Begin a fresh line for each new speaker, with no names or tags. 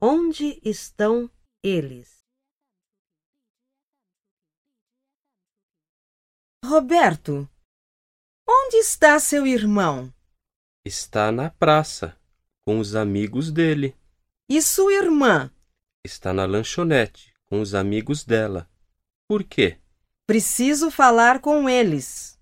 Onde estão eles? Roberto, onde está seu irmão?
Está na praça, com os amigos dele.
E sua irmã?
Está na lanchonete, com os amigos dela. Por quê?
Preciso falar com eles.